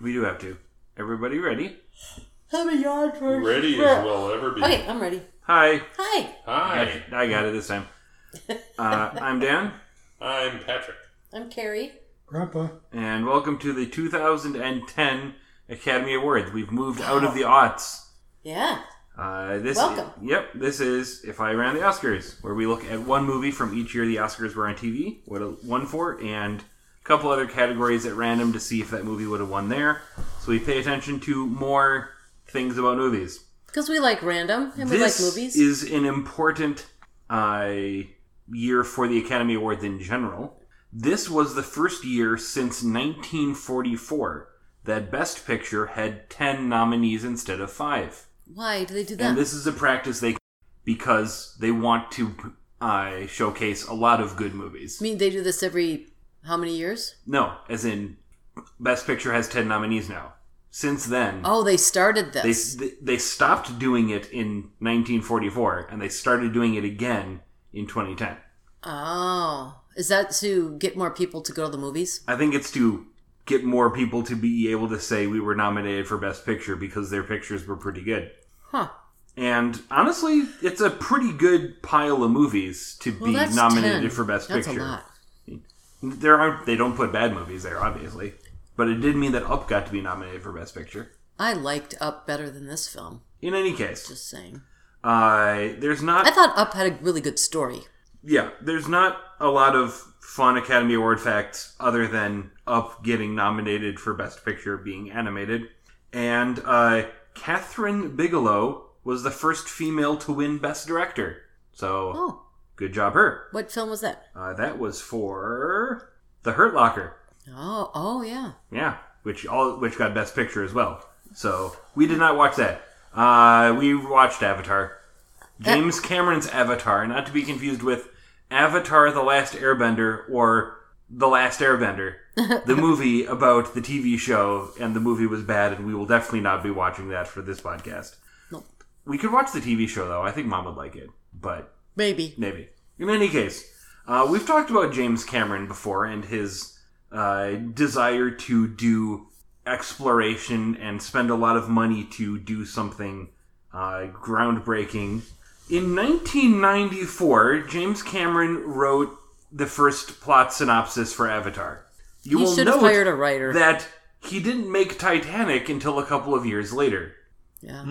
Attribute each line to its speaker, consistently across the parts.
Speaker 1: We do have to. Everybody ready?
Speaker 2: How many yards were
Speaker 3: Ready as we'll ever be.
Speaker 2: Okay, I'm ready.
Speaker 1: Hi.
Speaker 2: Hi,
Speaker 3: Hi,
Speaker 1: I, I got it this time. Uh, I'm Dan,
Speaker 3: I'm Patrick.
Speaker 2: I'm Carrie.
Speaker 4: Grandpa.
Speaker 1: and welcome to the 2010 Academy Awards. We've moved out of the aughts.
Speaker 2: Yeah,
Speaker 1: Uh, this
Speaker 2: Welcome.
Speaker 1: yep, this is If I Ran the Oscars, where we look at one movie from each year the Oscars were on TV, what it won for, and a couple other categories at random to see if that movie would have won there. So we pay attention to more things about movies.
Speaker 2: because we like random and we like
Speaker 1: this
Speaker 2: movies.
Speaker 1: is an important uh, year for the Academy Awards in general. This was the first year since 1944 that Best Picture had 10 nominees instead of 5.
Speaker 2: Why do they do that?
Speaker 1: And this is a practice they because they want to uh, showcase a lot of good movies.
Speaker 2: I mean, they do this every how many years?
Speaker 1: No, as in Best Picture has 10 nominees now. Since then,
Speaker 2: Oh, they started
Speaker 1: they
Speaker 2: this.
Speaker 1: they stopped doing it in 1944 and they started doing it again in 2010.
Speaker 2: oh, is that to get more people to go to the movies?
Speaker 1: I think it's to get more people to be able to say we were nominated for best picture because their pictures were pretty good.
Speaker 2: Huh.
Speaker 1: And honestly, it's a pretty good pile of movies to
Speaker 2: Well,
Speaker 1: be
Speaker 2: that's
Speaker 1: nominated
Speaker 2: 10.
Speaker 1: for best
Speaker 2: That's
Speaker 1: picture.
Speaker 2: a lot.
Speaker 1: There aren't they don't put bad movies there obviously, but it did mean that Up got to be nominated for best picture.
Speaker 2: I liked Up better than this film.
Speaker 1: In any case,
Speaker 2: Just saying.
Speaker 1: uh, there's not
Speaker 2: I thought Up had a really good story.
Speaker 1: yeah, there's not a lot of fun Academy Award facts other than Up getting nominated for Best Picture being animated. And uh, Catherine Bigelow was the first female to win Best Director. So
Speaker 2: Oh,
Speaker 1: good job, her.
Speaker 2: what film was that?
Speaker 1: Uh, that was for The Hurt Locker.
Speaker 2: Oh, oh yeah.
Speaker 1: Yeah, which all which got Best Picture as well. So we did not watch that. Uh, we watched Avatar, James Cameron's Avatar, not to be confused with Avatar: The Last Airbender or The Last Airbender, the movie about the TV show, and the movie was bad, and we will definitely not be watching that for this podcast.
Speaker 2: Nope.
Speaker 1: We could watch the TV show though. I think Mom would like it, but
Speaker 2: Maybe.
Speaker 1: Maybe. In any case, uh, we've talked about James Cameron before and his uh, desire to do exploration and spend a lot of money to do something uh, groundbreaking. In 1994, James Cameron wrote the first plot synopsis for Avatar. You
Speaker 2: he
Speaker 1: will
Speaker 2: should have
Speaker 1: note
Speaker 2: hired a writer.
Speaker 1: that he didn't make Titanic until a couple of years later
Speaker 2: yeah.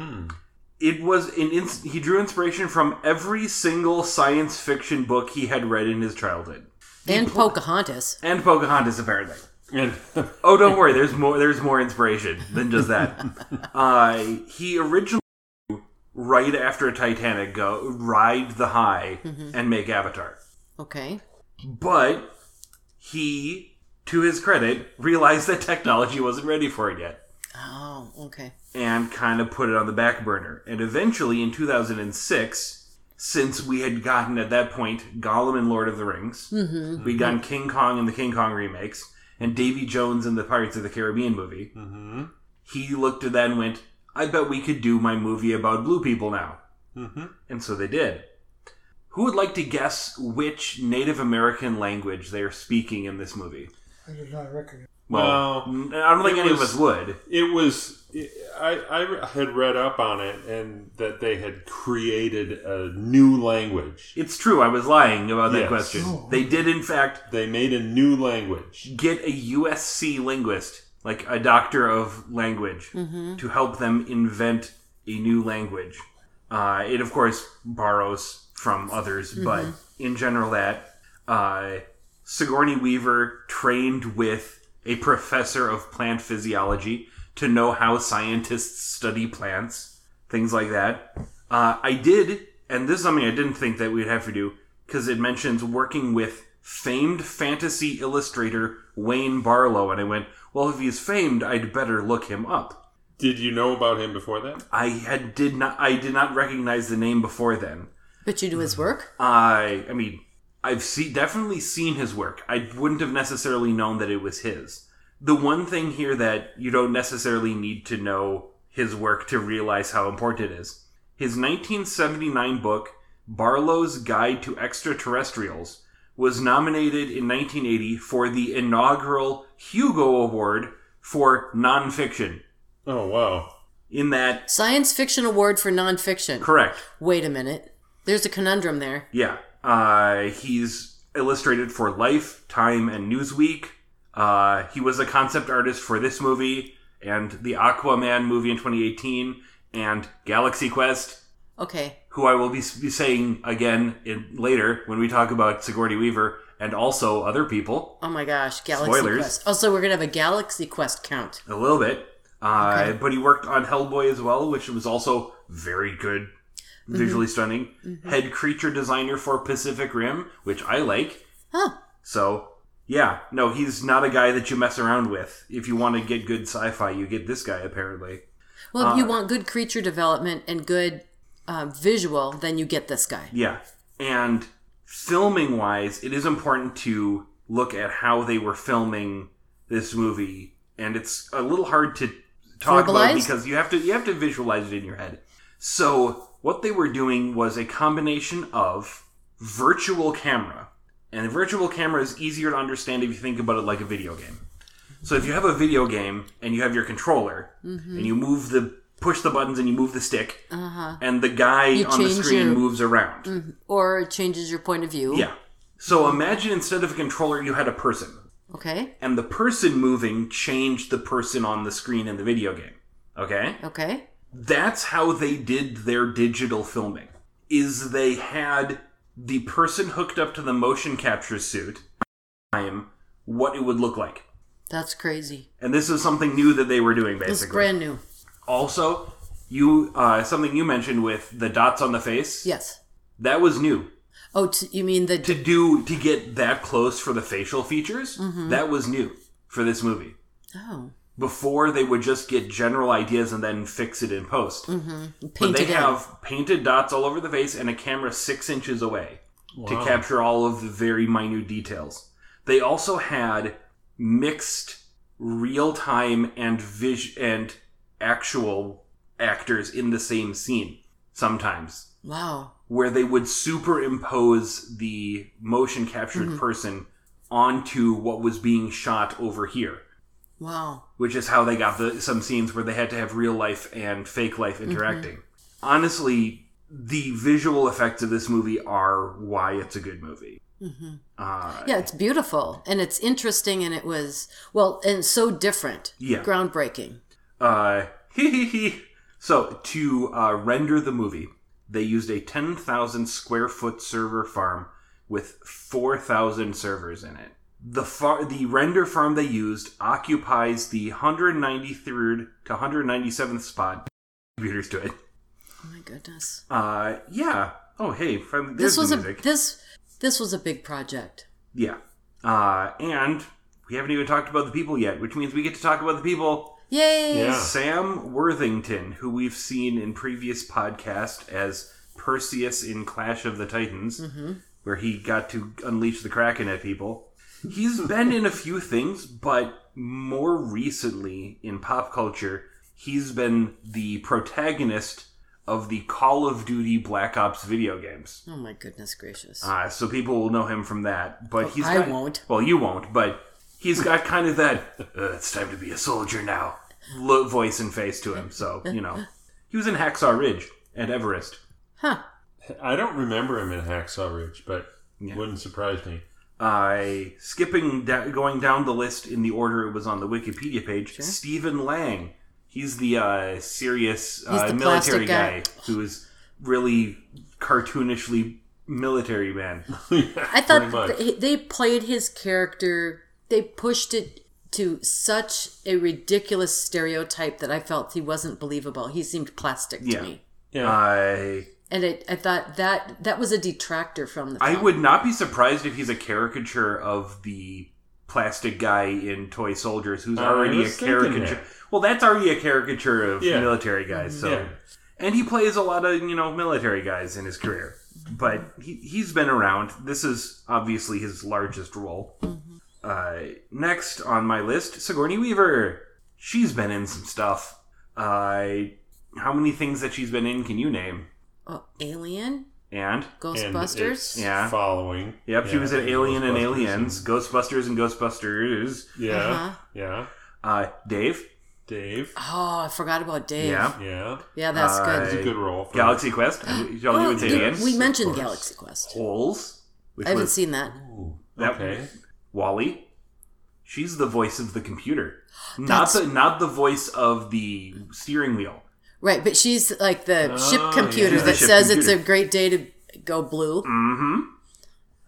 Speaker 1: it was an ins- he drew inspiration from every single science fiction book he had read in his childhood
Speaker 2: And Pocahontas.
Speaker 1: and pocahontas apparently
Speaker 3: And
Speaker 1: oh don't worry there's more there's more inspiration than just that uh, he originally right after titanic go ride the high and make avatar
Speaker 2: Okay.
Speaker 1: but he to his credit realized that technology wasn't ready for it yet
Speaker 2: Oh, okay.
Speaker 1: and kind of put it on the back burner. And eventually, in 2006, since we had gotten at that point Gollum and Lord of the Rings, mm-hmm. we'd gotten King Kong and the King Kong remakes, and Davy Jones and the Pirates of the Caribbean movie,
Speaker 3: hmm
Speaker 1: he looked at that and went, I bet we could do my movie about blue people now.
Speaker 3: hmm
Speaker 1: And so they did. Who would like to guess which Native American language they are speaking in this movie?
Speaker 4: I did not recognize.
Speaker 1: Well, n- I don't think
Speaker 3: it
Speaker 1: any of
Speaker 3: was-
Speaker 1: us would.
Speaker 3: It was. I, I had read up on it and that they had created a new language.
Speaker 1: It's true, I was lying about that
Speaker 3: Yes.
Speaker 1: question.
Speaker 4: Oh.
Speaker 1: They did, in fact,
Speaker 3: They made a new language.
Speaker 1: get a USC linguist, like a doctor of language, to help them invent a new language. Uh, it, of course, borrows from others, but in general, that uh, Sigourney Weaver trained with a professor of plant physiology to know how scientists study plants, things like that. Uh, I did, and this is something I didn't think that we'd have to do because it mentions working with famed fantasy illustrator Wayne Barlow, and I went, well, if he's famed, I'd better look him up.
Speaker 3: Did you know about him before that?
Speaker 1: I had did not I did not recognize the name before then.
Speaker 2: But you do his work?
Speaker 1: I I mean I've see, definitely seen his work. I wouldn't have necessarily known that it was his. The one thing here that you don't necessarily need to know his work to realize how important it is. His 1979 book Barlow's Guide to Extraterrestrials was nominated in 1980 for the inaugural Hugo Award for nonfiction.
Speaker 3: Oh wow.
Speaker 1: In that,
Speaker 2: Science Fiction Award for Nonfiction.
Speaker 1: correct.
Speaker 2: Wait a minute. There's a conundrum there.
Speaker 1: Yeah. Uh, he's illustrated for Life, Time, and Newsweek. Uh, he was a concept artist for this movie and the Aquaman movie in 2018 and Galaxy Quest,
Speaker 2: Okay.
Speaker 1: who I will be, s- be saying again in, later when we talk about Sigourney Weaver and also other people
Speaker 2: Oh my gosh, Galaxy
Speaker 1: Spoilers.
Speaker 2: Quest. Also, we're gonna have a Galaxy Quest count.
Speaker 1: a little bit. Uh,
Speaker 2: Okay.
Speaker 1: But he worked on Hellboy as well, which was also very good, visually stunning. Head creature designer for Pacific Rim, which I like.
Speaker 2: Huh.
Speaker 1: So, yeah, no, he's not a guy that you mess around with. If you want to get good sci fi, you get this guy, apparently.
Speaker 2: Well,
Speaker 1: Uh,
Speaker 2: if you want good creature development and good uh, visual, then you get this guy.
Speaker 1: Yeah. And filming wise, it is important to look at how they were filming this movie, and it's a little hard to talk about
Speaker 2: Verbalize?
Speaker 1: because you have to you have to visualize it in your head. So what they were doing was a combination of virtual camera, and a virtual camera is easier to understand if you think about it like a video game. So if you have a video game and you have your controller
Speaker 2: Mm-hmm.
Speaker 1: and you move the push the buttons and you move the stick, and the guy on the
Speaker 2: Uh-huh. change
Speaker 1: screen
Speaker 2: your- Mm-hmm.
Speaker 1: moves around.
Speaker 2: Or it changes your point of view.
Speaker 1: Yeah. So imagine instead of a controller, you had a person,
Speaker 2: Okay.
Speaker 1: and the person moving changed the person on the screen in the video game. Okay?
Speaker 2: Okay.
Speaker 1: That's how they did their digital filming. Is they had the person hooked up to the motion capture suit time what it would look like.
Speaker 2: That's crazy.
Speaker 1: And this is something new that they were doing
Speaker 2: It's
Speaker 1: basically.
Speaker 2: brand new.
Speaker 1: also, you uh, something you mentioned with the dots on the face.
Speaker 2: Yes.
Speaker 1: That was new.
Speaker 2: Oh, t- you mean the
Speaker 1: to do to get that close for the facial features
Speaker 2: Mm-hmm.
Speaker 1: that was new for this movie
Speaker 2: oh
Speaker 1: before they would just get general ideas and then fix it in post but they
Speaker 2: painted in.
Speaker 1: have painted dots all over the face and a camera six inches away to
Speaker 3: Wow.
Speaker 1: capture all of the very minute details they also had mixed real time and vis- and actual actors in the same scene sometimes
Speaker 2: Wow.
Speaker 1: where they would superimpose the motion captured
Speaker 2: Mm-hmm.
Speaker 1: person onto what was being shot over here,
Speaker 2: Wow.
Speaker 1: which is how they got the some scenes where they had to have real life and fake life interacting. Honestly, the visual effects of this movie are why it's a good movie. Uh,
Speaker 2: Yeah, it's beautiful and it's interesting and it was well and so different.
Speaker 1: Yeah.
Speaker 2: Groundbreaking.
Speaker 1: Uh, hee hee hee. So, to uh, render the movie, they used a 10,000 square foot server farm with 4,000 servers in it. The, far- the render farm they used occupies the 193rd to 197th spot. Computers to it.
Speaker 2: Oh my goodness.
Speaker 1: Uh, yeah. Oh, hey, finally, there's
Speaker 2: this was
Speaker 1: the
Speaker 2: a
Speaker 1: music.
Speaker 2: this this was a big project.
Speaker 1: yeah. Uh, and we haven't even talked about the people yet, which means we get to talk about the people
Speaker 2: Yay.
Speaker 3: Yeah.
Speaker 1: Sam Worthington, who we've seen in previous podcasts as Perseus in Clash of the Titans,
Speaker 2: Mm-hmm.
Speaker 1: where he got to unleash the Kraken at people. He's been in a few things, but more recently in pop culture, he's been the protagonist of the Call of Duty Black Ops video games.
Speaker 2: Oh my goodness gracious.
Speaker 1: Uh, so people will know him from that. But he's
Speaker 2: Oh, I
Speaker 1: got-
Speaker 2: won't.
Speaker 1: Well, you won't. But he's got kind of that. Uh, it's time to be a soldier now. Low voice and face to him. So you know, he was in Hacksaw Ridge and Everest.
Speaker 2: huh.
Speaker 3: I don't remember him in Hacksaw Ridge, but
Speaker 1: Yeah.
Speaker 3: wouldn't surprise me.
Speaker 1: I skipping da- going down the list in the order it was on the Wikipedia page. Stephen Lang. He's the uh, serious uh,
Speaker 2: the plastic
Speaker 1: military guy.
Speaker 2: guy.
Speaker 1: who is really cartoonishly military man.
Speaker 2: I
Speaker 3: much.
Speaker 2: thought they, they played his character. They pushed it to such a ridiculous stereotype that I felt he wasn't believable. He seemed plastic
Speaker 1: Yeah.
Speaker 2: to me,
Speaker 3: Yeah.
Speaker 1: Uh, I
Speaker 2: and I, I thought that that was a detractor from the.
Speaker 1: I
Speaker 2: film.
Speaker 1: would not be surprised if he's a caricature of the plastic guy in Toy Soldiers, who's
Speaker 3: Uh, I
Speaker 1: already a
Speaker 3: was thinking
Speaker 1: caricature.
Speaker 3: that.
Speaker 1: Well, that's already a caricature of
Speaker 3: Yeah.
Speaker 1: military guys. So,
Speaker 3: Yeah.
Speaker 1: and he plays a lot of you know military guys in his career, but he he's been around. This is obviously his largest role. Uh, next on my list, Sigourney Weaver. She's been in some stuff. I how many things that she's been in can you name?
Speaker 2: Oh, Alien,
Speaker 1: And
Speaker 3: And
Speaker 2: Ghostbusters.
Speaker 3: it's
Speaker 1: Yeah.
Speaker 3: Following.
Speaker 1: Yep, she
Speaker 3: Yeah,
Speaker 1: was in Alien and
Speaker 3: Ghostbusters
Speaker 1: Aliens, Ghostbusters and Ghostbusters.
Speaker 3: Yeah.
Speaker 2: Uh-huh.
Speaker 3: Yeah.
Speaker 1: Uh, Dave,
Speaker 3: Dave.
Speaker 2: Oh, I forgot about Dave.
Speaker 1: Yeah.
Speaker 3: Yeah.
Speaker 2: Yeah, that's
Speaker 3: It's a
Speaker 2: good.
Speaker 3: good role. For
Speaker 1: Galaxy Quest. I mean, Y'all
Speaker 2: Well,
Speaker 1: even say
Speaker 2: did-
Speaker 1: names.
Speaker 2: Oh, we mentioned
Speaker 3: course.
Speaker 2: Galaxy Quest.
Speaker 1: Holes, which
Speaker 2: I haven't
Speaker 1: was
Speaker 2: seen that.
Speaker 3: Ooh,
Speaker 1: That-
Speaker 3: okay.
Speaker 1: Wally. She's the voice of the computer, not
Speaker 2: That's-
Speaker 1: the not the voice of the steering wheel.
Speaker 2: Right, but she's like the ship
Speaker 3: Oh,
Speaker 2: computer
Speaker 1: yeah.
Speaker 2: that
Speaker 1: Ship
Speaker 2: says it's
Speaker 1: computer.
Speaker 2: a great day to go blue. Ah,
Speaker 1: Mm-hmm.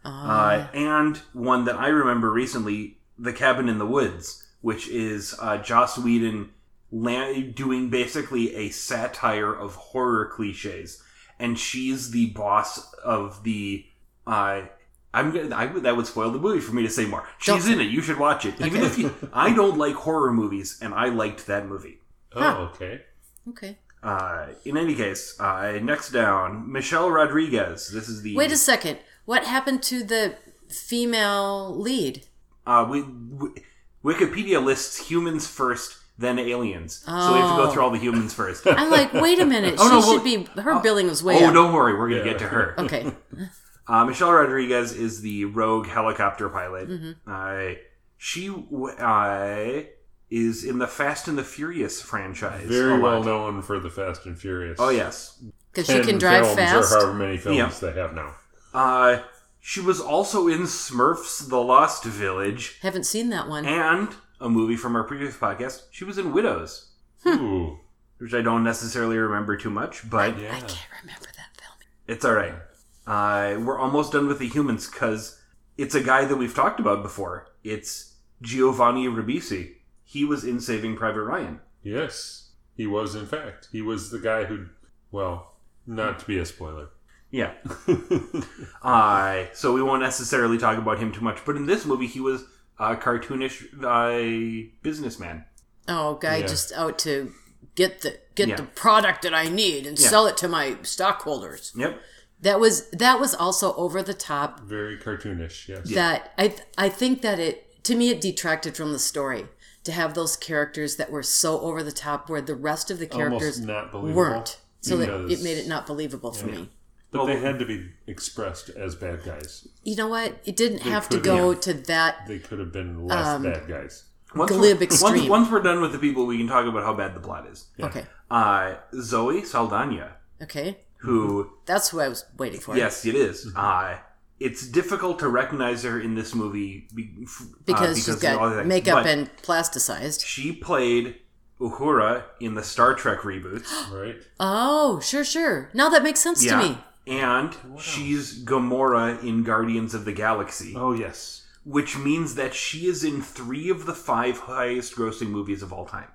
Speaker 1: Uh, and one that I remember recently, The Cabin in the Woods, which is uh, Joss Whedon la- doing basically a satire of horror cliches, and she's the boss of the. Uh, I'm gonna, I, would- that would spoil the movie for me to say more. She's in it. You should watch it. Even if you, I don't like horror movies, and I liked that movie.
Speaker 2: Huh.
Speaker 3: Oh, okay.
Speaker 2: Okay.
Speaker 1: Uh, in any case, uh, next down, Michelle Rodriguez. This is the
Speaker 2: Wait a second. What happened to the female lead?
Speaker 1: Uh, we, we, Wikipedia lists humans first, then aliens. So we have to go
Speaker 2: Oh.
Speaker 1: through all the humans first.
Speaker 2: I'm like, wait a minute.
Speaker 1: Oh,
Speaker 2: she
Speaker 1: no,
Speaker 2: should
Speaker 1: well-
Speaker 2: be. Her billing was way
Speaker 1: oh,
Speaker 2: up.
Speaker 1: don't worry, we're going to
Speaker 3: Yeah.
Speaker 1: get to her.
Speaker 2: Okay.
Speaker 1: Uh, Michelle Rodriguez is the rogue helicopter pilot.
Speaker 2: Mm-hmm.
Speaker 1: Uh, she w- uh, is in the Fast and the Furious franchise. a
Speaker 3: Very
Speaker 1: lot.
Speaker 3: well known for the Fast and Furious.
Speaker 1: Oh, yes.
Speaker 2: Because she
Speaker 3: 10
Speaker 2: can drive
Speaker 3: films
Speaker 2: fast.
Speaker 3: Or however many films
Speaker 1: Yeah.
Speaker 3: they have now.
Speaker 1: Uh, she was also in Smurfs The Lost Village
Speaker 2: Haven't seen that one.
Speaker 1: and a movie from our previous podcast. She was in Widows,
Speaker 2: Hmm.
Speaker 3: Ooh.
Speaker 1: which I don't necessarily remember too much, but.
Speaker 2: I
Speaker 3: Yeah.
Speaker 2: can't remember that film.
Speaker 1: It's all right. Uh, we're almost done with the humans because it's a guy that we've talked about before. It's Giovanni Ribisi. He was in Saving Private Ryan.
Speaker 3: Yes. He was, in fact. He was the guy who, well, not to be a spoiler.
Speaker 1: Yeah. uh, so we won't necessarily talk about him too much, but in this movie, he was a cartoonish uh, businessman.
Speaker 2: Oh, guy
Speaker 3: Yeah.
Speaker 2: just out to get the get
Speaker 1: Yeah.
Speaker 2: the product that I need and
Speaker 1: Yeah.
Speaker 2: sell it to my stockholders.
Speaker 1: Yep.
Speaker 2: That was that was also over the top
Speaker 3: Very cartoonish, yes.
Speaker 2: that I th- I think that it to me it detracted from the story to have those characters that were so over the top where the rest of the characters
Speaker 3: Almost not believable.
Speaker 2: weren't so that
Speaker 3: because-
Speaker 2: it made it not believable for me.
Speaker 3: But
Speaker 1: Oh.
Speaker 3: they had to be expressed as bad guys.
Speaker 2: You know what? It didn't have to
Speaker 3: could-
Speaker 2: go to that.
Speaker 3: They could have been less
Speaker 2: Um,
Speaker 3: bad guys.
Speaker 1: Once
Speaker 2: Glib
Speaker 1: we're, Once,
Speaker 2: extreme.
Speaker 1: once we're done with the people, we can talk about how bad the plot is.
Speaker 2: Okay,
Speaker 1: Uh, Zoe Saldana,
Speaker 2: okay,
Speaker 1: who.
Speaker 2: that's who I was waiting for.
Speaker 1: Yes, it is.
Speaker 2: Mm-hmm.
Speaker 1: Uh, it's difficult to recognize her in this movie be- f- uh,
Speaker 2: because, she's
Speaker 1: of all
Speaker 2: got
Speaker 1: that.
Speaker 2: makeup
Speaker 1: But
Speaker 2: and plasticized.
Speaker 1: she played Uhura in the Star Trek reboots.
Speaker 3: Right?
Speaker 2: Oh, sure, sure. Now that makes sense to me.
Speaker 1: and she's Gamora in Guardians of the Galaxy,
Speaker 3: Oh, yes.
Speaker 1: which means that she is in three of the five highest-grossing movies of all time,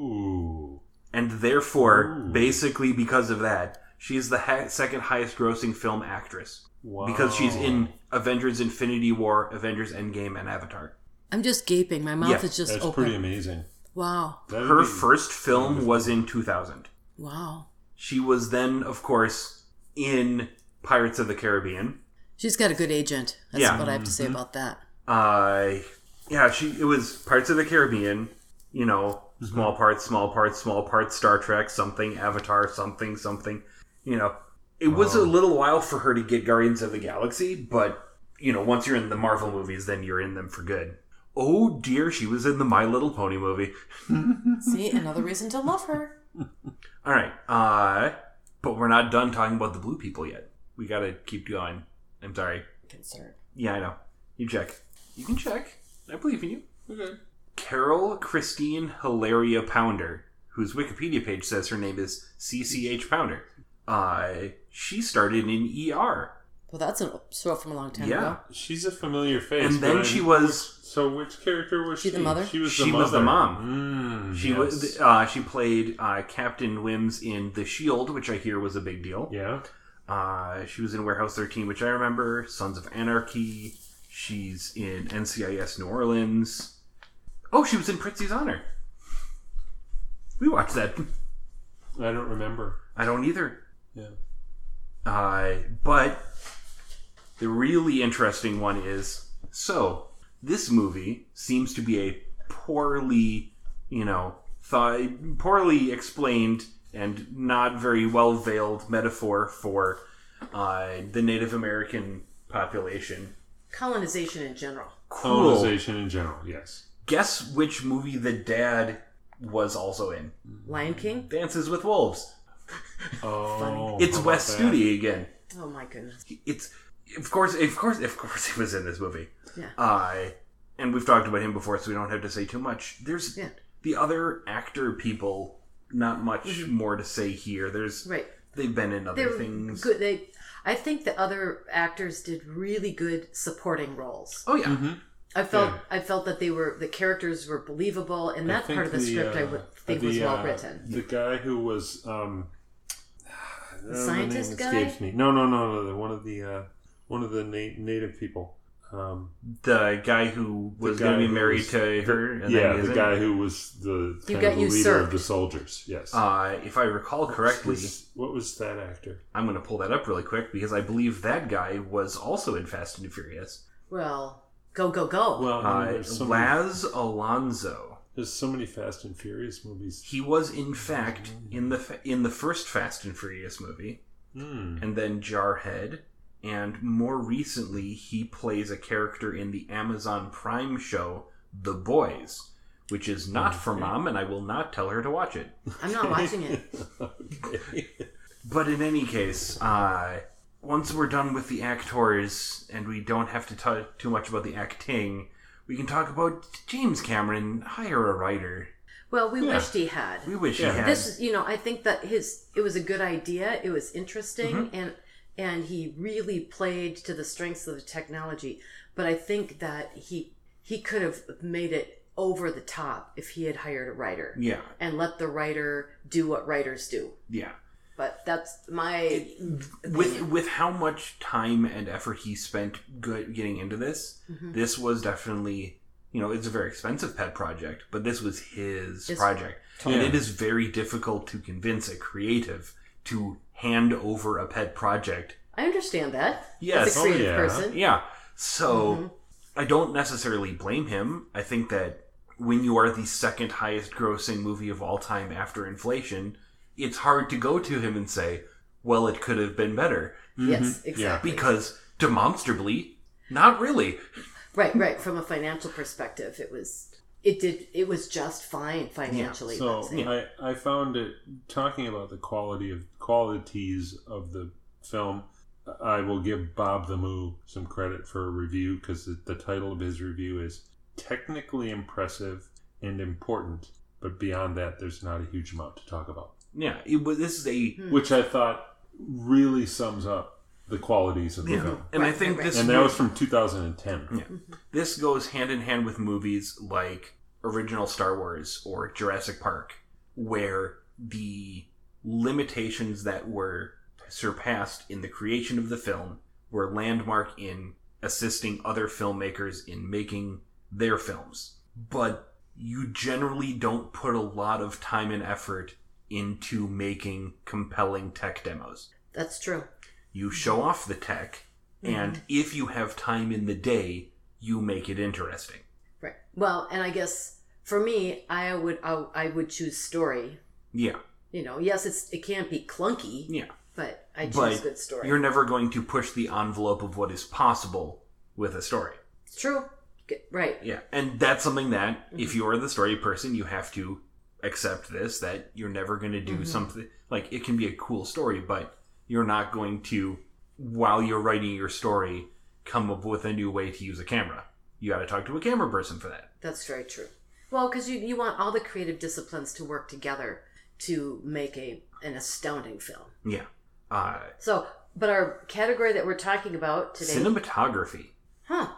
Speaker 3: Ooh.
Speaker 1: and therefore,
Speaker 3: Ooh.
Speaker 1: basically because of that, she is the ha- second highest-grossing film actress
Speaker 3: Wow.
Speaker 1: because she's in Avengers: Infinity War, Avengers: Endgame, and Avatar.
Speaker 2: I'm just gaping. My mouth
Speaker 1: Yeah,
Speaker 2: is just
Speaker 3: That's
Speaker 2: open.
Speaker 3: pretty amazing.
Speaker 2: Wow,
Speaker 3: That'd
Speaker 1: Her
Speaker 3: be-
Speaker 1: first film was in 2000.
Speaker 2: wow.
Speaker 1: She was then, of course, in Pirates of the Caribbean.
Speaker 2: She's got a good agent. That's
Speaker 1: Yeah.
Speaker 2: what I have to
Speaker 3: Mm-hmm.
Speaker 2: say about that.
Speaker 1: Uh, yeah, she it was Pirates of the Caribbean. You know, small parts, small parts, small parts. Star Trek, something, Avatar, something, something. You know, it was a little while for her to get Guardians of the Galaxy, but you know, once you're in the Marvel movies, then you're in them for good. Oh dear, she was in the My Little Pony movie.
Speaker 2: See, another reason to love her.
Speaker 1: All right. Uh, but we're not done talking about the blue people yet. We gotta keep going. I'm sorry.
Speaker 2: Concerned.
Speaker 1: Yeah, I know. You check. You can check. I believe in you.
Speaker 3: Okay.
Speaker 1: Carol Christine Hilaria Pounder, whose Wikipedia page says her name is CCH Pounder. Uh, she started in ER.
Speaker 2: Well, that's a show from a long time
Speaker 1: Yeah.
Speaker 2: ago.
Speaker 3: She's a familiar face.
Speaker 1: And then
Speaker 3: but
Speaker 1: she
Speaker 3: I'm-
Speaker 1: was
Speaker 3: So which character was she?
Speaker 2: She the mother?
Speaker 3: She was the
Speaker 1: She
Speaker 3: mother.
Speaker 1: was the
Speaker 3: mom. Mm,
Speaker 1: she
Speaker 3: yes.
Speaker 1: was uh, she played uh, Captain Wims in The Shield, which I hear was a big deal.
Speaker 3: yeah.
Speaker 1: Uh, she was in Warehouse 13, which I remember. Sons of Anarchy. She's in NCIS New Orleans. Oh, she was in Pritzy's Honor. We watched that.
Speaker 3: I don't remember.
Speaker 1: I don't either.
Speaker 3: Yeah.
Speaker 1: Uh, but the really interesting one is so this movie seems to be a poorly, you know, th- poorly explained and not very well veiled metaphor for uh, the Native American population.
Speaker 2: Colonization in general.
Speaker 1: Cruel,
Speaker 3: Colonization in general. Yes.
Speaker 1: Guess which movie the dad was also in?
Speaker 2: Lion King?
Speaker 1: Dances with Wolves.
Speaker 3: Oh,
Speaker 1: It's
Speaker 3: how about
Speaker 1: West
Speaker 3: that?
Speaker 1: Studi again.
Speaker 2: Oh my goodness.
Speaker 1: It's of course, of course, of course, he was in this movie.
Speaker 2: Yeah.
Speaker 1: Uh, and we've talked about him before, so we don't have to say too much. There's
Speaker 2: Yeah.
Speaker 1: the other actor people. Not much more to say here. There's
Speaker 2: Mm-hmm. Right.
Speaker 1: they've been in other
Speaker 2: They were
Speaker 1: things.
Speaker 2: good. They, I think the other actors did really good supporting roles.
Speaker 1: Oh yeah,
Speaker 3: Mm-hmm.
Speaker 2: I felt
Speaker 3: Yeah.
Speaker 2: I felt that they were the characters were believable, and
Speaker 3: I
Speaker 2: that
Speaker 3: think
Speaker 2: part of the, script I
Speaker 3: uh,
Speaker 2: would think
Speaker 3: the,
Speaker 2: was well
Speaker 3: uh,
Speaker 2: written.
Speaker 3: The guy who was um, oh, the
Speaker 2: scientist guy?
Speaker 3: me. No, no, no, no. the- One of the uh, one of the na- native people. Um,
Speaker 1: the guy who was
Speaker 3: guy
Speaker 1: going to be
Speaker 3: who
Speaker 1: married
Speaker 3: was-
Speaker 1: to her. And
Speaker 3: yeah,
Speaker 1: then
Speaker 3: the
Speaker 1: isn't.
Speaker 3: guy who was the
Speaker 2: You
Speaker 3: kind
Speaker 2: got
Speaker 3: of the leader
Speaker 2: usurped.
Speaker 3: of the soldiers. Yes.
Speaker 1: Uh, if I recall correctly,
Speaker 3: Was- what was that actor?
Speaker 1: I'm going to pull that up really quick because I believe that guy was also in Fast and Furious.
Speaker 2: Well, go go go!
Speaker 3: Well, I mean,
Speaker 1: Uh,
Speaker 3: Oh, there's, so many,
Speaker 1: Laz Alonso.
Speaker 3: there's so many Fast and Furious movies.
Speaker 1: He was in fact in the fa- in the first Fast and Furious movie,
Speaker 3: Hmm.
Speaker 1: and then Jarhead, and more recently he plays a character in the Amazon Prime show The Boys, which is not for mom, and I will not tell her to watch it.
Speaker 2: I'm not watching it.
Speaker 3: Okay.
Speaker 1: But in any case, uh, once we're done with the actors and we don't have to talk too much about the acting, we can talk about James Cameron. Hire a writer.
Speaker 2: Well, we
Speaker 3: Yeah.
Speaker 2: wished he had.
Speaker 1: We wish
Speaker 3: Yeah.
Speaker 1: he had.
Speaker 2: This is, you know, I think that his it was a good idea. It was interesting, and and he really played to the strengths of the technology. But I think that he he could have made it over the top if he had hired a writer
Speaker 1: yeah,
Speaker 2: and let the writer do what writers do.
Speaker 1: yeah.
Speaker 2: But that's my
Speaker 1: With with how much time and effort he spent go- getting into this,
Speaker 2: mm-hmm.
Speaker 1: this was definitely you know it's a very expensive pet project, but this was his
Speaker 2: This-
Speaker 1: project, and
Speaker 3: Yeah.
Speaker 1: it is very difficult to convince a creative to hand over a pet project
Speaker 2: I understand that.
Speaker 1: Yes.
Speaker 2: As a
Speaker 1: Oh,
Speaker 2: creative
Speaker 3: yeah.
Speaker 2: person.
Speaker 1: Yeah. So I don't necessarily blame him. I think that when you are the second highest grossing movie of all time after inflation, it's hard to go to him and say, well, it could have been better.
Speaker 2: Yes, exactly.
Speaker 1: Because demonstrably, not really.
Speaker 2: Right, right. From a financial perspective, it was it did it was just fine financially.
Speaker 3: So
Speaker 2: let's say.
Speaker 3: I, I found it talking about the quality of qualities of the film. I will give Bob the Moo some credit for a review because the, the title of his review is technically impressive and important, but beyond that, there's not a huge amount to talk about.
Speaker 1: Yeah. It was, this is a.
Speaker 3: Which I thought really sums up the qualities of the
Speaker 1: Yeah.
Speaker 3: film.
Speaker 1: And I
Speaker 2: Right,
Speaker 1: think
Speaker 2: right,
Speaker 1: this
Speaker 3: And that was from 2010.
Speaker 1: Yeah. This goes hand in hand with movies like original Star Wars or Jurassic Park, where the limitations that were surpassed in the creation of the film were landmark in assisting other filmmakers in making their films. But you generally don't put a lot of time and effort into making compelling tech demos
Speaker 2: That's true.
Speaker 1: you show off the tech, and if you have time in the day, you make it interesting.
Speaker 2: Right. Well, and I guess for me, I would I, I would choose story.
Speaker 1: Yeah,
Speaker 2: You know, yes, it's it can't be clunky,
Speaker 1: yeah.
Speaker 2: but I choose
Speaker 1: But
Speaker 2: good story.
Speaker 1: you're never going to push the envelope of what is possible with a story.
Speaker 2: It's true. Good. Right.
Speaker 1: Yeah, and that's something that if you are the story person, you have to accept this that you're never going to do something like it can be a cool story, but you're not going to while you're writing your story come up with a new way to use a camera. You got to talk to a camera person for that.
Speaker 2: That's very true. Well, because you you want all the creative disciplines to work together to make a an astounding film.
Speaker 1: Yeah. Uh
Speaker 2: So, but our category that we're talking about today,
Speaker 1: cinematography.
Speaker 2: huh?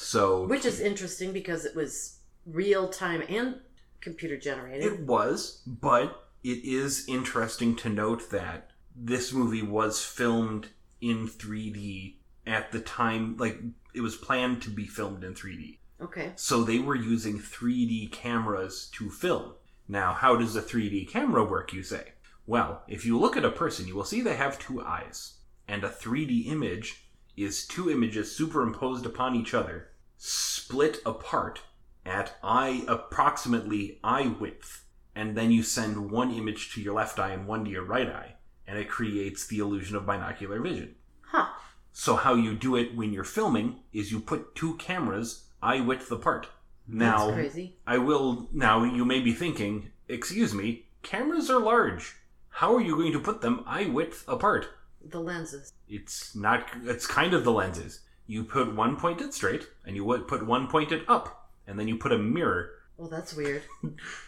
Speaker 1: So
Speaker 2: Which is interesting because it was real time and computer generated.
Speaker 1: it was, but it is interesting to note that this movie was filmed in 3D at the time, like it was planned to be filmed in 3D.
Speaker 2: Okay.
Speaker 1: So they were using 3D cameras to film. Now, how does a 3D camera work, you say? Well, if you look at a person, you will see they have two eyes. And a 3D image is two images superimposed upon each other, split apart at eye approximately eye width. And then you send one image to your left eye and one to your right eye, and it creates the illusion of binocular vision.
Speaker 2: Huh.
Speaker 1: So how you do it when you're filming is you put two cameras eye width apart. Now,
Speaker 2: That's crazy.
Speaker 1: I will. Now, you may be thinking, excuse me, cameras are large. How are you going to put them eye width apart?
Speaker 2: The lenses.
Speaker 1: It's not. It's kind of the lenses. You put one pointed straight, and you would put one pointed up, and then you put a mirror.
Speaker 2: Well, that's weird.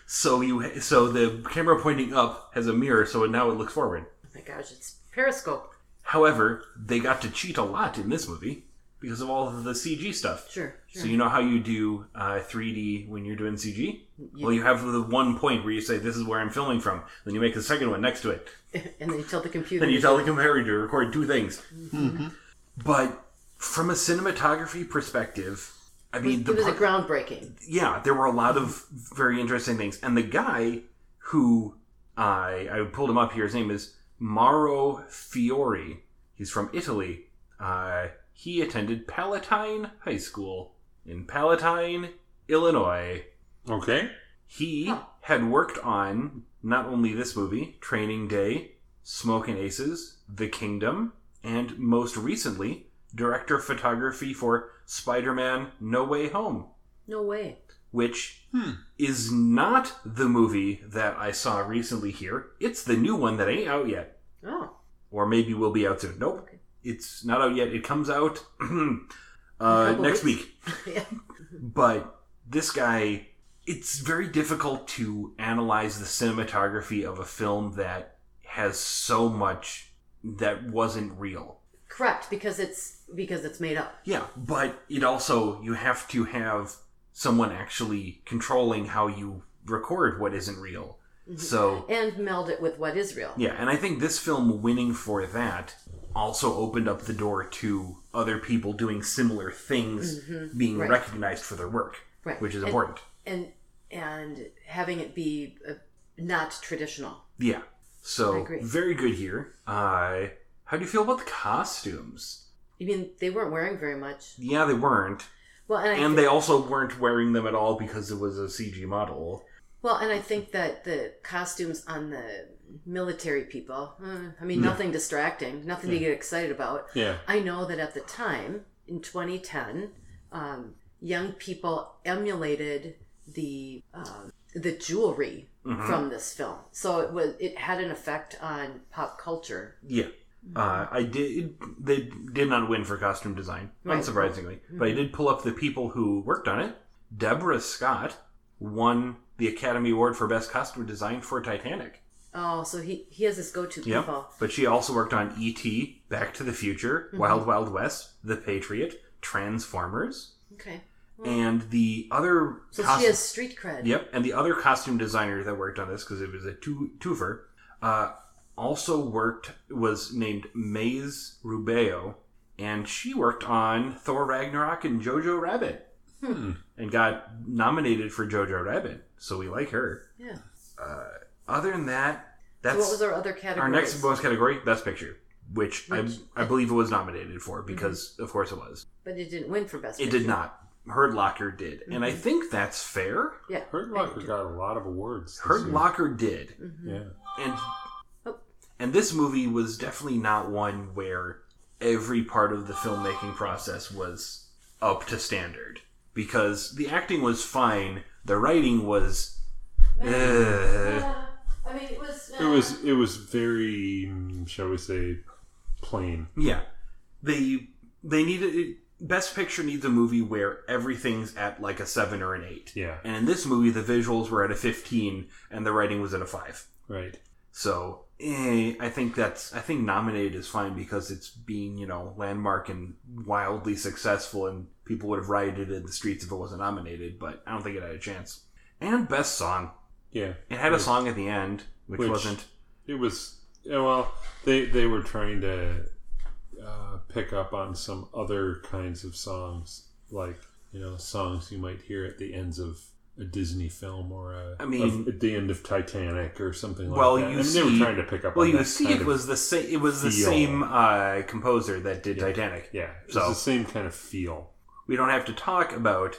Speaker 1: So you. So the camera pointing up has a mirror, so it, now it looks forward.
Speaker 2: Oh my gosh, it's periscope.
Speaker 1: However, they got to cheat a lot in this movie because of all of the CG stuff.
Speaker 2: Sure. sure.
Speaker 1: So you know how you do uh, 3D when you're doing CG?
Speaker 2: You-
Speaker 1: Well, you have the one point where you say, this is where I'm filming from. Then you make the second one next to it.
Speaker 2: and then you tell the computer.
Speaker 1: Then you tell the computer to record two things.
Speaker 2: Mm-hmm.
Speaker 1: But from a cinematography perspective, I mean,
Speaker 2: it
Speaker 1: the
Speaker 2: was a
Speaker 1: pro-
Speaker 2: groundbreaking.
Speaker 1: yeah, there were a lot of very interesting things. And the guy who I I pulled him up here, his name is Mauro Fiore. He's from Italy. Uh, he attended Palatine High School in Palatine, Illinois.
Speaker 3: Okay.
Speaker 1: He
Speaker 2: Huh.
Speaker 1: had worked on not only this movie, Training Day, Smoke and Aces, The Kingdom, and most recently, director of photography for Spider Man No Way Home
Speaker 2: No way.
Speaker 1: which
Speaker 3: Hmm.
Speaker 1: is not the movie that I saw recently here. It's the new one that ain't out yet.
Speaker 2: Oh,
Speaker 1: Or maybe will be out soon. Nope.
Speaker 2: Okay.
Speaker 1: It's not out yet. It comes out uh,
Speaker 2: couple
Speaker 1: next
Speaker 2: weeks.
Speaker 1: week.
Speaker 2: yeah.
Speaker 1: But this guy, it's very difficult to analyze the cinematography of a film that has so much that wasn't real.
Speaker 2: Correct, because it's because it's made up.
Speaker 1: Yeah, but it also you have to have someone actually controlling how you record what isn't real.
Speaker 2: Mm-hmm.
Speaker 1: So
Speaker 2: and meld it with what is real.
Speaker 1: yeah, and I think this film winning for that also opened up the door to other people doing similar things being
Speaker 2: Mm-hmm. right.
Speaker 1: recognized for their work,
Speaker 2: Right.
Speaker 1: which is
Speaker 2: And-
Speaker 1: important.
Speaker 2: And and having it be uh, not traditional.
Speaker 1: Yeah.
Speaker 2: I
Speaker 1: So
Speaker 2: agree.
Speaker 1: very good here. Uh, how do you feel about the costumes?
Speaker 2: I mean, they weren't wearing very much.
Speaker 1: Yeah, they weren't,
Speaker 2: Well, and, I
Speaker 1: and
Speaker 2: thi-
Speaker 1: they also weren't wearing them at all because it was a CG model.
Speaker 2: well, and I think that the costumes on the military people. uh, I mean, nothing distracting, nothing to get excited about.
Speaker 3: Yeah.
Speaker 2: I know that at the time, in 2010, um, young people emulated the um the jewelry
Speaker 1: Mm-hmm.
Speaker 2: from this film, so it was it had an effect on pop culture.
Speaker 1: Yeah. Uh, I did. They did not win for costume design,
Speaker 2: Right.
Speaker 1: unsurprisingly. But I did pull up the people who worked on it. Deborah Scott won the Academy Award for Best Costume Design for Titanic.
Speaker 2: Oh, so he he has this go-to
Speaker 1: Yeah.
Speaker 2: people.
Speaker 1: But she also worked on E.T., Back to the Future, Wild Wild West, The Patriot, Transformers,
Speaker 2: Okay,
Speaker 1: and the other.
Speaker 2: so
Speaker 1: costume-
Speaker 2: she has street cred.
Speaker 1: Yep, and the other costume designer that worked on this because it was a two twofer uh, also worked was named Maze Rubeo, and she worked on Thor Ragnarok and Jojo Rabbit,
Speaker 3: Hmm.
Speaker 1: and got nominated for Jojo Rabbit. So we like her. Uh,
Speaker 2: Yeah.
Speaker 1: Other than that,
Speaker 2: So
Speaker 1: that's
Speaker 2: what was our other category?
Speaker 1: our next most category, Best Picture, which,
Speaker 2: Which-
Speaker 1: I I believe it was nominated for because of course it was.
Speaker 2: But it didn't win for best. Mm-hmm.
Speaker 1: It did not. Herd Locker did, and I think that's fair.
Speaker 2: Yeah.
Speaker 3: Hurt Locker got a lot of awards. this
Speaker 1: Herd
Speaker 3: year.
Speaker 1: Locker did.
Speaker 3: Yeah.
Speaker 1: and
Speaker 2: Oh.
Speaker 1: and this movie was definitely not one where every part of the filmmaking process was up to standard because the acting was fine the writing was uh,
Speaker 2: I mean, it was. uh,
Speaker 3: It was it was very mm, shall we say plain.
Speaker 1: yeah they they needed best picture needs a movie where everything's at like a 7 or an 8
Speaker 3: Yeah.
Speaker 1: and in this movie the visuals were at a 15 and the writing was at a 5
Speaker 3: Right.
Speaker 1: So eh, I think that's I think nominated is fine because it's being you know landmark and wildly successful, and people would have rioted in the streets if it wasn't nominated. But I don't think it had a chance. And best song,
Speaker 3: Yeah.
Speaker 1: it had a song at the end which,
Speaker 3: Which-
Speaker 1: wasn't.
Speaker 3: It was yeah, well, they they were trying to uh, pick up on some other kinds of songs, like you know songs you might hear at the ends of a Disney film or a,
Speaker 1: I mean-
Speaker 3: of- at the end of Titanic or something like
Speaker 1: Well,
Speaker 3: that.
Speaker 1: you
Speaker 3: I mean,
Speaker 1: see,
Speaker 3: they were trying to pick up.
Speaker 1: well,
Speaker 3: on
Speaker 1: you
Speaker 3: that
Speaker 1: see,
Speaker 3: kind
Speaker 1: it
Speaker 3: of-
Speaker 1: was the same. It was the
Speaker 3: feel.
Speaker 1: same uh, composer that did Titanic.
Speaker 3: yeah, it was
Speaker 1: so-
Speaker 3: the same kind of feel.
Speaker 1: We don't have to talk about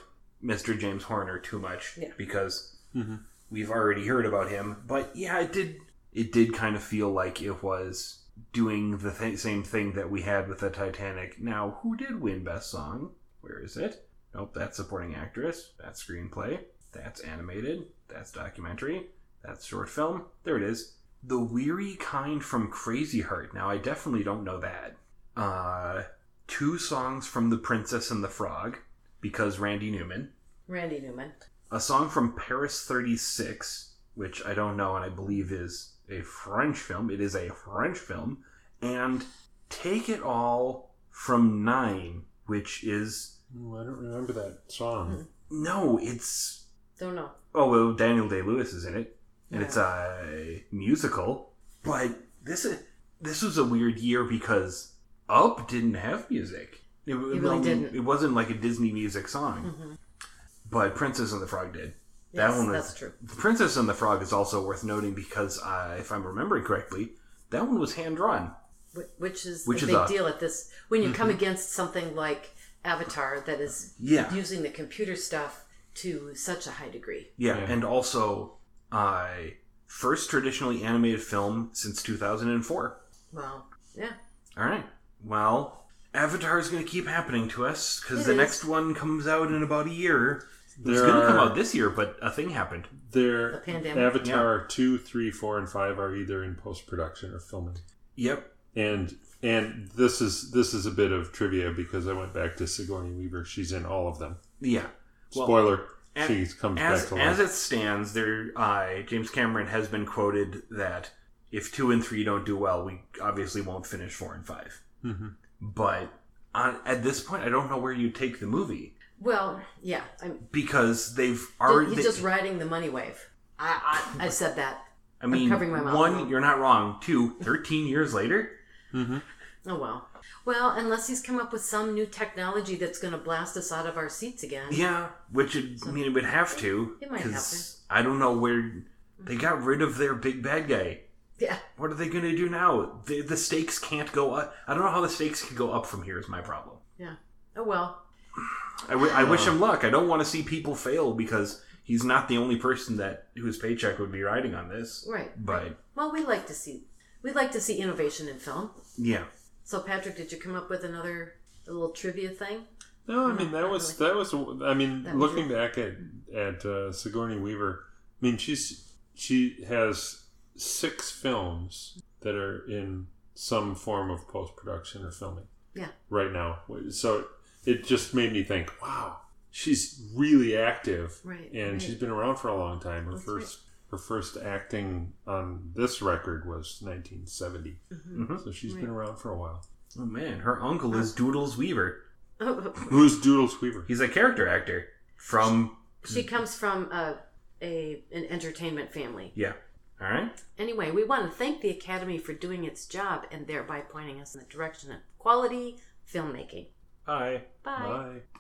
Speaker 1: Mr. James Horner too much
Speaker 2: Yeah.
Speaker 1: because
Speaker 3: Mm-hmm.
Speaker 1: we've already heard about him. But yeah, it did it did kind of feel like it was doing the th- same thing that we had with the Titanic. Now, who did win best song? Where is it? Nope, that's supporting actress. That's screenplay. That's animated. That's documentary. That's short film. There it is. The Weary Kind from Crazy Heart. Now, I definitely don't know that. Uh, two songs from The Princess and the Frog, because Randy Newman.
Speaker 2: Randy Newman.
Speaker 1: A song from Paris 36, which I don't know and I believe is a French film. It is a French film. And Take It All from Nine, which is.
Speaker 3: Ooh, I don't remember that song.
Speaker 1: No, it's
Speaker 2: Don't know.
Speaker 1: Oh well, Daniel Day Lewis is in it, and
Speaker 2: Yeah.
Speaker 1: it's a musical. But this is this was a weird year because Up didn't have music. It,
Speaker 2: really
Speaker 1: well,
Speaker 2: didn't. Mm-hmm.
Speaker 1: It wasn't like a Disney music song, but Princess and the Frog did. That
Speaker 2: Yes,
Speaker 1: one was
Speaker 2: that's true.
Speaker 1: The Princess and the Frog is also worth noting because, uh, if I'm remembering correctly, that one was hand drawn.
Speaker 2: Wh- Which is
Speaker 1: Which
Speaker 2: a
Speaker 1: is
Speaker 2: big
Speaker 1: a-
Speaker 2: deal at this when you come against something like Avatar that is
Speaker 1: Yeah.
Speaker 2: using the computer stuff to such a high degree.
Speaker 1: Yeah,
Speaker 3: Yeah.
Speaker 1: and also, uh, first traditionally animated film since 2004.
Speaker 2: Wow. Yeah.
Speaker 1: All right. Well, Avatar is going to keep happening to us because
Speaker 2: It
Speaker 1: the
Speaker 2: is.
Speaker 1: next one comes out in about a year.
Speaker 3: There
Speaker 1: it's going to
Speaker 3: are-
Speaker 1: come out this year, but a thing happened.
Speaker 3: Their
Speaker 2: The pandemic.
Speaker 3: Avatar two, three, four, and five are either in post production or filming.
Speaker 1: Yep.
Speaker 3: And and this is this is a bit of trivia because I went back to Sigourney Weaver. She's in all of them.
Speaker 1: Yeah. Well,
Speaker 3: Spoiler:
Speaker 1: a-
Speaker 3: She comes back
Speaker 1: As
Speaker 3: to
Speaker 1: as
Speaker 3: life.
Speaker 1: it stands, there, uh, James Cameron has been quoted that if two and three don't do well, we obviously won't finish four and five.
Speaker 3: hmm
Speaker 1: But on, at this point, I don't know where you take the movie
Speaker 2: Well, yeah. I'm,
Speaker 1: because they've
Speaker 2: ju-
Speaker 1: already.
Speaker 2: he's just riding the money wave. I, I, I said that.
Speaker 1: I mean,
Speaker 2: covering my mouth.
Speaker 1: one, you're not wrong. Two, 13 years later.
Speaker 2: Oh well. Well, unless he's come up with some new technology that's going to blast us out of our seats again.
Speaker 1: Yeah, which it, I mean, it would have to.
Speaker 2: It might Mm-hmm.
Speaker 1: 'cause I don't know where they got rid of their big bad guy.
Speaker 2: Yeah.
Speaker 1: What are they going to do now? The, the stakes can't go up. I don't know how the stakes can go up from here. Is my problem.
Speaker 2: Yeah. Oh well.
Speaker 1: I, w- I wish him luck. I don't want to see people fail because he's not the only person that whose paycheck would be riding on this.
Speaker 2: Right.
Speaker 1: But
Speaker 2: Well, we like to see we like to see innovation in film.
Speaker 1: yeah,
Speaker 2: So Patrick, did you come up with another little trivia thing?
Speaker 3: No, I mean that was that was. I mean,
Speaker 2: That was
Speaker 3: looking back at at uh, Sigourney Weaver, I mean she's she has six films that are in some form of post production or filming.
Speaker 2: Yeah.
Speaker 3: Right now, so it just made me think, wow, she's really active,
Speaker 2: Right,
Speaker 3: And
Speaker 2: right.
Speaker 3: she's been around for a long time. Her
Speaker 2: That's
Speaker 3: first her first acting on this record was 1970,
Speaker 2: Mm-hmm.
Speaker 1: Mhm.
Speaker 3: so she's been around for a while.
Speaker 1: oh man, her uncle is Doodles Weaver.
Speaker 3: Who's Doodles Weaver?
Speaker 1: He's a character actor from
Speaker 2: she comes from a, a an entertainment family.
Speaker 1: yeah. All right.
Speaker 2: Anyway, we want to thank the Academy for doing its job and thereby pointing us in the direction of quality filmmaking.
Speaker 1: Bye.
Speaker 2: Bye.
Speaker 3: Bye.